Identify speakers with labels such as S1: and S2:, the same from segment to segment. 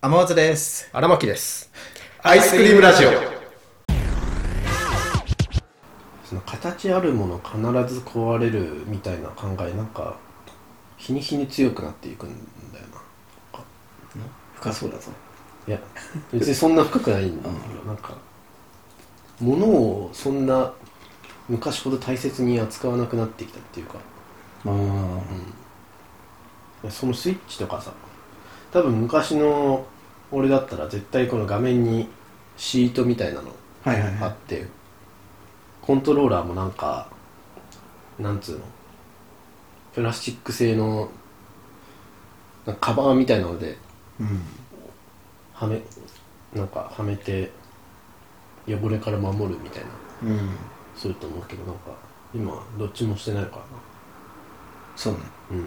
S1: 天松です
S2: 荒牧です
S1: アイスクリームラジオ
S3: その形あるもの必ず壊れるみたいな考えなんか日に日に強くなっていくんだよな
S4: 深そうだぞ
S3: いや別にそんな深くないんだよ、なんか物をそんな昔ほど大切に扱わなくなってきたっていうか
S4: ああ
S3: いやそのスイッチとかさ多分昔の俺だったら絶対この画面にシートみたいなの
S4: はいはい
S3: あっ
S4: は
S3: てコントローラーもなんかなんつうのプラスチック製のなんかカバーみたいなので
S4: い、うん、
S3: はめなんかはめて汚れから守るみたいな
S4: うん、
S3: すると思うけどなんか今どっちもしてないからな
S4: そうね
S3: うん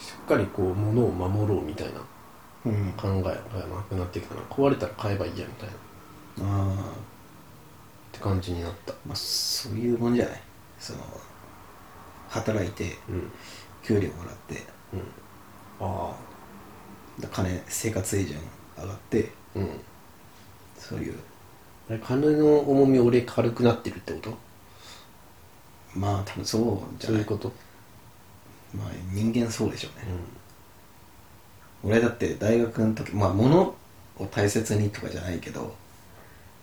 S3: しっかりこう物を守ろうみたいな
S4: うんあ
S3: 考えがなくなってきたな壊れたら買えばいいやみたいなっ
S4: あ
S3: て感じになった
S4: まあそういうもんじゃないその働いて
S3: うん
S4: 給料もらって
S3: うんあ
S4: だ金生活水準上がって
S3: あうん
S4: そういう
S3: あれ金の重み俺軽くなってるってこと
S4: まあ多分そうじゃ
S3: そう
S4: ない
S3: いうこと
S4: まあ人間そうでしょう
S3: う
S4: ね、
S3: ん
S4: 俺だって大学の時まあ物を大切にとかじゃないけど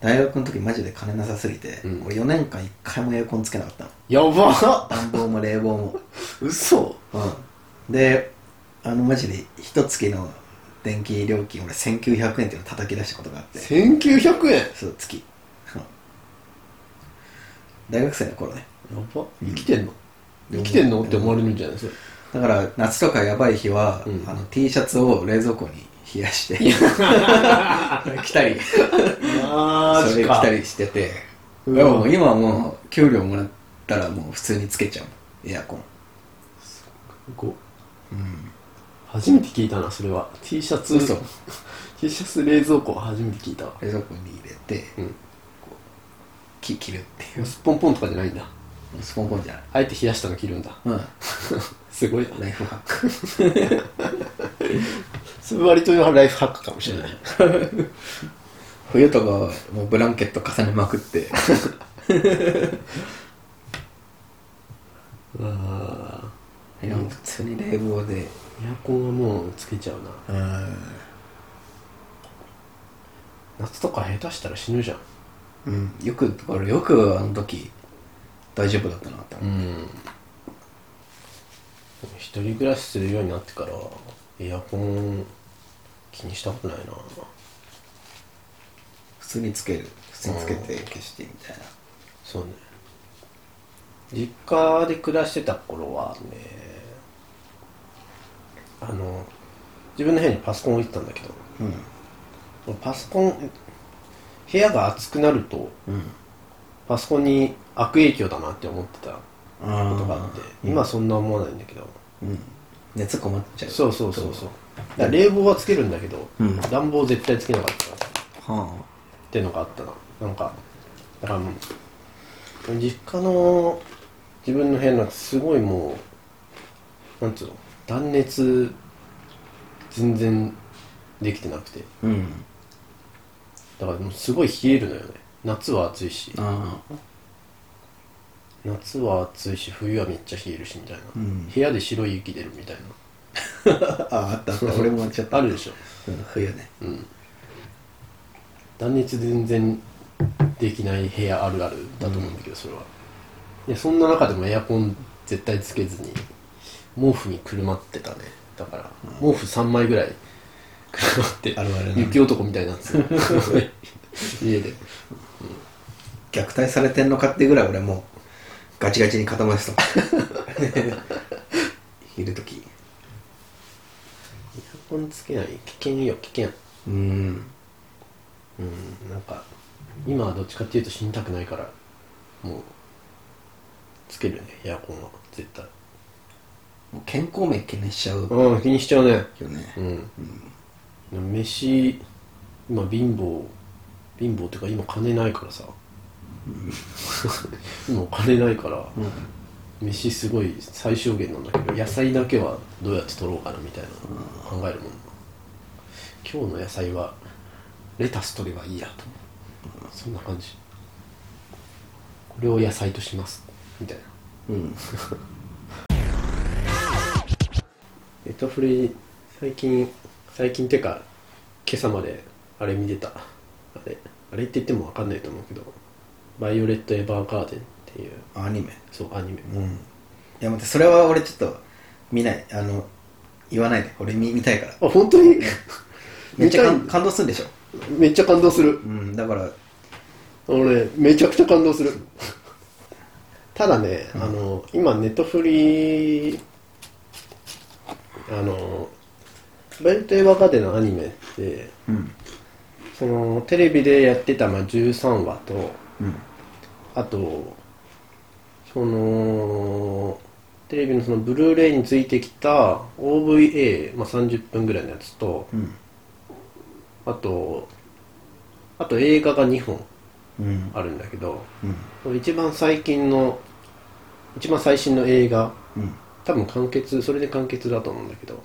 S4: 大学の時マジで金なさすぎて、
S3: うん
S4: 俺4年間1回もエアコンつけなかったの
S3: やば
S4: 暖房も冷房も
S3: 嘘
S4: うん、であのマジで一月の電気料金俺1900円っていうの叩き出したことがあって
S3: 1900円や
S4: そう月うん大学生の頃ね
S3: ば生きてんの生きてんのって思われるんじゃないですか
S4: だから夏とかやばい日は、
S3: うん
S4: あの T シャツを冷蔵庫に冷やして 着たり
S3: マ
S4: それ着たりしててでも今はもう給料もらったらもう普通につけちゃうエアコン
S3: こ
S4: うん
S3: 初めて聞いたなそれは T シャツ
S4: 嘘
S3: T シャツ冷蔵庫は初めて聞いたわ
S4: 冷蔵庫に入れて、
S3: うん
S4: こうき着るっていう
S3: すっぽんぽんとかじゃないんだ
S4: スポンポンじゃない
S3: あえて冷やしたの着るんだ
S4: うん
S3: すごいな
S4: ライフハック
S3: それ割とライフハックかもしれない
S4: 冬とかはもうブランケット重ねまくって
S3: あ
S4: いや普通に冷房で
S3: ーエアコンはもうつけちゃうな
S4: うん
S3: 夏とか下手したら死ぬじゃん
S4: よくだからよくあの時大丈夫だったなって思う
S3: うん一人暮らしするようになってからエアコン気にしたことないな
S4: 普通につける普通につけて消してみたいな
S3: そうね実家で暮らしてた頃はねあの自分の部屋にパソコン置いてたんだけど
S4: うん
S3: パソコン部屋が暑くなると
S4: うん
S3: パソコンに悪影響だなって思ってたこ
S4: あ
S3: とがあって今はそんな思わないんだけど
S4: うん熱こもっちゃう
S3: そうそうそうそうだから冷房はつけるんだけど、
S4: うん
S3: 暖房絶対つけなかった
S4: は
S3: ってのがあったななんかだからもう実家の自分の部屋なんかすごいもうなんつうの断熱全然できてなくて
S4: あうん
S3: だからもうすごい冷えるのよね夏は暑いし
S4: ああ
S3: 夏は暑いし冬はめっちゃ冷えるしみたいな、
S4: うん
S3: 部屋で白い雪出るみたい
S4: ああったあった俺もやっちゃっ
S3: な
S4: た
S3: あるでしょ
S4: うん冬ね
S3: うん断熱全然できない部屋あるあるだと思うんだけど、それはいやそんな中でもエアコン絶対つけずに毛布にくるまってたねだから、毛布3枚ぐらいくるまって
S4: あるあるな
S3: 雪男みたいなやつ家で
S4: 虐待されてんのかってぐらい俺もうガチガチに固まって たいる時
S3: エアコンつけない危険よ危険
S4: うん
S3: うんなんか今はどっちかっていうと死にたくないからもうつけるねエアコンは絶対
S4: もう健康面気にしちゃうよ
S3: うん気にしちゃうね
S4: ね
S3: う、ん、でも飯今貧乏貧乏っていうか今金ないからさ、今お金ないから、飯すごい最小限なんだけど野菜だけはどうやって取ろうかなみたいな考えるもんな、今日の野菜はレタス取ればいいやとそんな感じこれを野菜としますみたいな
S4: うん
S3: ネタフリ最近最近っていうか今朝まであれ見てたあれあれって言っても分かんないと思うけど「バイオレット・エヴァー・ガーデン」っていう
S4: アニメ
S3: そうアニメ
S4: うんいや待ってそれは俺ちょっと見ないあの言わないで俺見見たいから
S3: あ本当に
S4: めっちゃ
S3: 見
S4: 感感動するんでしょ
S3: たいめっちゃ感動する
S4: うんだから
S3: 俺めちゃくちゃ感動するただね、あの今ネットフリあの「バイオレット・エヴァー・ガーデン」のアニメって
S4: うん
S3: そのテレビでやってた、まあ、13話と
S4: うん
S3: あとそのテレビのそのブルーレイについてきた OVA、まあ、30分ぐらいのやつと
S4: うん
S3: あとあと映画が2本
S4: うん
S3: あるんだけど
S4: うん
S3: 一番最近の一番最新の映画
S4: うん
S3: 多分完結それで完結だと思うんだけど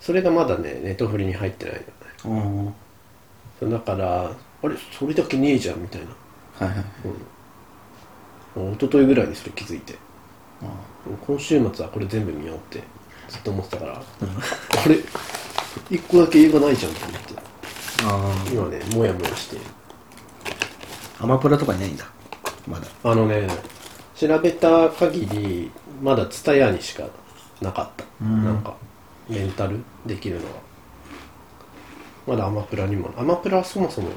S3: それがまだねネットフリに入ってないのね
S4: うんは
S3: そうだからあれそれだけねえじゃんみたいない
S4: はい
S3: もう一昨日ぐらいにそれ気づいて
S4: あ
S3: 今週末はこれ全部見ようってずっと思ってたからあれ一個だけ映画ないじゃんと思って
S4: あ
S3: 今ねモヤモヤしている
S4: アマプラとかにないんだまだ
S3: あのね調べた限りまだ TSUTAYA にしかなかった、
S4: うん
S3: なんかレンタルできるのはまだアマプラにもアマプラはそもそも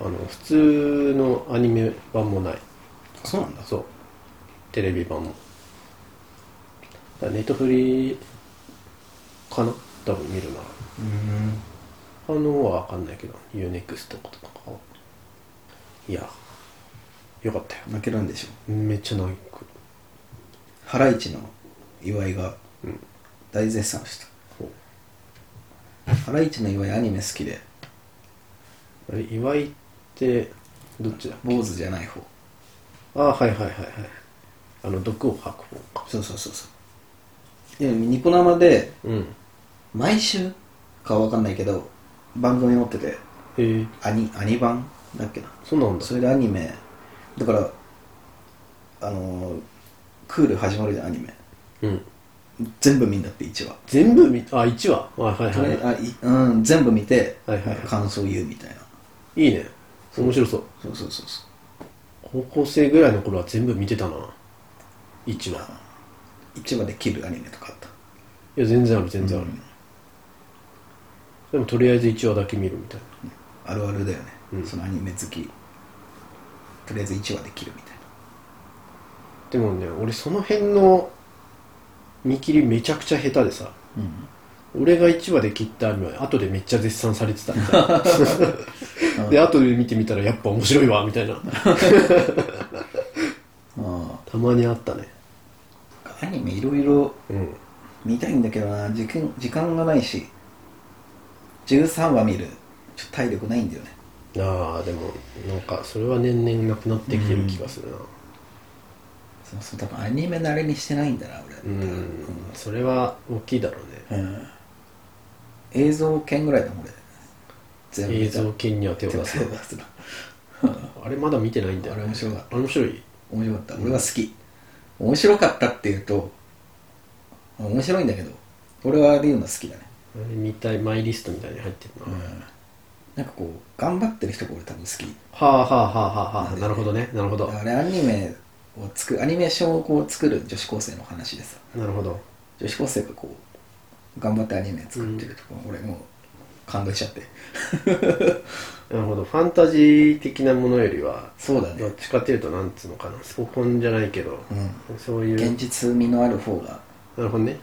S3: あの普通のアニメ版もない
S4: そうなんだ
S3: そうテレビ版もだからネットフリかな多分見るなら
S4: うん
S3: 反応は分かんないけど UNEXT とかいやよかったよ
S4: 泣けるんでしょ
S3: めっちゃ泣く
S4: ハライチの岩井が
S3: うん
S4: 大絶賛し
S3: ほう
S4: たハライチの岩井アニメ好きで
S3: あれ岩井ってどっちだ
S4: 坊主じゃない方
S3: ああはいはいはいはいあの毒を吐く方か
S4: そうそうそうそういやニコ生で
S3: うんへ
S4: 毎週かわかんないけど番組持ってて
S3: え
S4: アニアニ版だっけな
S3: そうなんだ
S4: それでアニメだからあのークール始まるじゃんアニメ
S3: うん
S4: 全部見んだって1話
S3: 全部見あ一1話あはい
S4: と
S3: は
S4: りあえ
S3: い
S4: ずあいうん、全部見て、
S3: はいはいはい
S4: 感想言うみたいない
S3: いいね面白そう
S4: そうそうそうそ
S3: 高校生ぐらいの頃は全部見てたな1話
S4: う1話で切るアニメとかあった
S3: いや全然ある全然ある、でもとりあえず1話だけ見るみたいな
S4: あるあるだよね、
S3: うん
S4: そのアニメ好きとりあえず1話で切るみたい
S3: でもね俺その辺の見切りめちゃくちゃ下手でさ
S4: な、
S3: 俺が1話で切ったアニメは後でめっちゃ絶賛されてたみたい なで後で見てみたらやっぱ面白いわみたいな
S4: うん、あ
S3: たまにあったね
S4: あアニメいろいろ
S3: うん
S4: 見たいんだけどな時間時間がないし13話見るちょっと体力ないんだよね
S3: ああでもなんかそれは年々なくなってきてる気がするな
S4: そうそう多分アニメ慣れにしてないんだな俺
S3: うん、それは大きいだろう
S4: うん映像券ぐらいだもん俺全
S3: ね
S4: 見
S3: 映
S4: た
S3: 像系には手を出す
S4: 手を出すな
S3: あれまだ見てないんだ よ、
S4: あれ面白かった
S3: あれ面白い
S4: 面白かった俺は好き面白かったっていうと面白いんだけど俺はあれ言うの好きだね、
S3: あれ見たいマイリストみたいに入ってるな、は
S4: なんかこう頑張ってる人が俺多分好き
S3: あはあはあはあはあなるほどねなるほど
S4: あれアニメを作るアニメーションをこう作る女子高生の話でさ
S3: なるほど
S4: 女子高生がこう頑張ってアニメ作ってるとこ、俺もう感動しちゃって
S3: なるほどファンタジー的なものよりは
S4: そうだね
S3: どっちかっていうとなんつうのかなスポコンじゃないけど、
S4: うん
S3: そういう
S4: 現実味のある方が
S3: なるほどね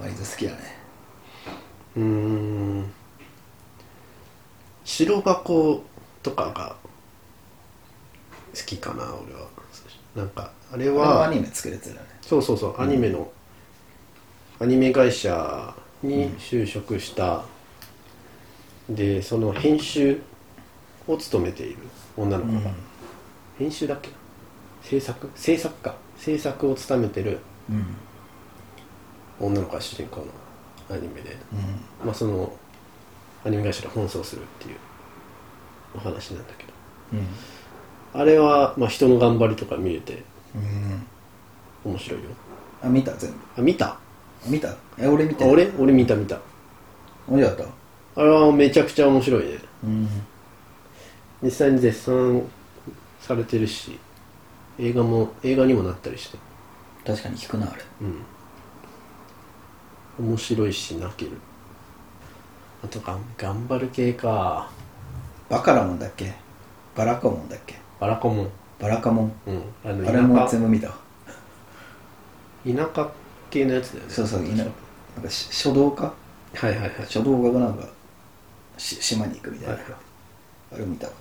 S4: 割と好きだね
S3: うーん白箱とかが好きかな俺はなんかあれ
S4: これはア
S3: は
S4: ニメ作るやつだね
S3: そうそうそうアニメの、アニメ会社に就職した、でその編集を務めている女の子が、編集だっけな制作制作か制作を務めてる
S4: うんうん
S3: 女の子が主人公のアニメで、まあ、そのアニメ会社で奔走するっていうお話なんだけど
S4: うん
S3: あれは、まあ、人の頑張りとか見れて
S4: うん
S3: 面白いよ
S4: あ見た全部
S3: あ見た
S4: 見たえ俺見
S3: あ
S4: て
S3: 俺俺見た見た
S4: 面白かった
S3: あれはめちゃくちゃ面白いね
S4: うん
S3: 実際に絶賛されてるし映画も映画にもなったりして
S4: 確かに聞くなあれ
S3: うん面白いし泣けるあとが頑張る系か
S4: バカラモンだっけバラカモンだっけ
S3: バラコモン
S4: バラカモン
S3: うんあ
S4: あれも
S3: の田
S4: 全部見たわ
S3: 舎田舎系のやつだよね
S4: そうそういななんかし書道家
S3: はいはいはい
S4: 書道家がなんかし島に行くみたいな、
S3: はいは
S4: あれ見たわ
S3: い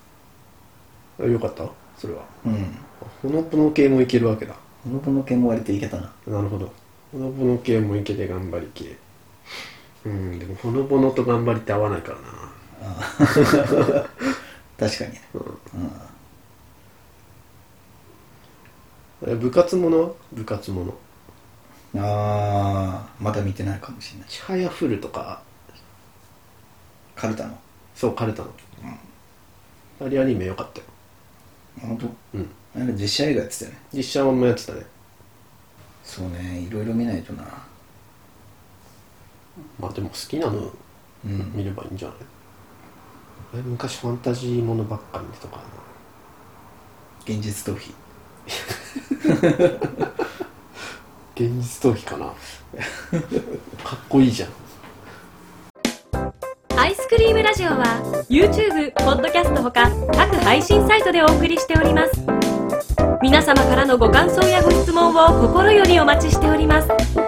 S3: あよかったそれは
S4: うん
S3: ほのぼの系もいけるわけだ
S4: ほのぼの系も割といけたな
S3: なるほどほのぼの系もいけて頑張り系うんでもほのぼのと頑張りって合わないからな
S4: あー確かにね
S3: え部活もの部活もの
S4: うんああまだ見てないかもしれない
S3: ちはやふるとか
S4: カルタの
S3: そうカルタの、あれアニメ良かったよ
S4: 本当
S3: うん
S4: なんか実写映画やってたよね
S3: 実写もやってたね
S4: そうねいろいろ見ないとな
S3: まあでも好きなの
S4: う
S3: 見
S4: ん
S3: ればいいんじゃない、え昔ファンタジーものばっか見てたからな
S4: 現実逃避
S3: 現実逃 避かなかっこいいじゃん
S2: アイスクリームラジオは YouTube、ポッドキャストほか各配信サイトでお送りしております皆様からのご感想やご質問を心よりお待ちしております